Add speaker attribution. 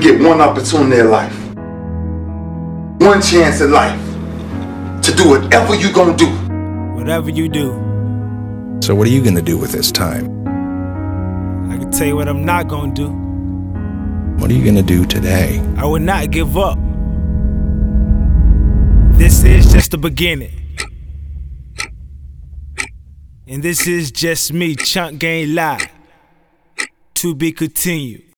Speaker 1: get one opportunity in life, one chance in life to do whatever you're gonna do.
Speaker 2: Whatever you do,
Speaker 3: So, what are you going to do with this time?
Speaker 2: I can tell you what I'm not gonna do.
Speaker 3: What are you going to do today?
Speaker 2: I will not give up. This is just the beginning. And this is just me, Chunk Gang Live. To be continued.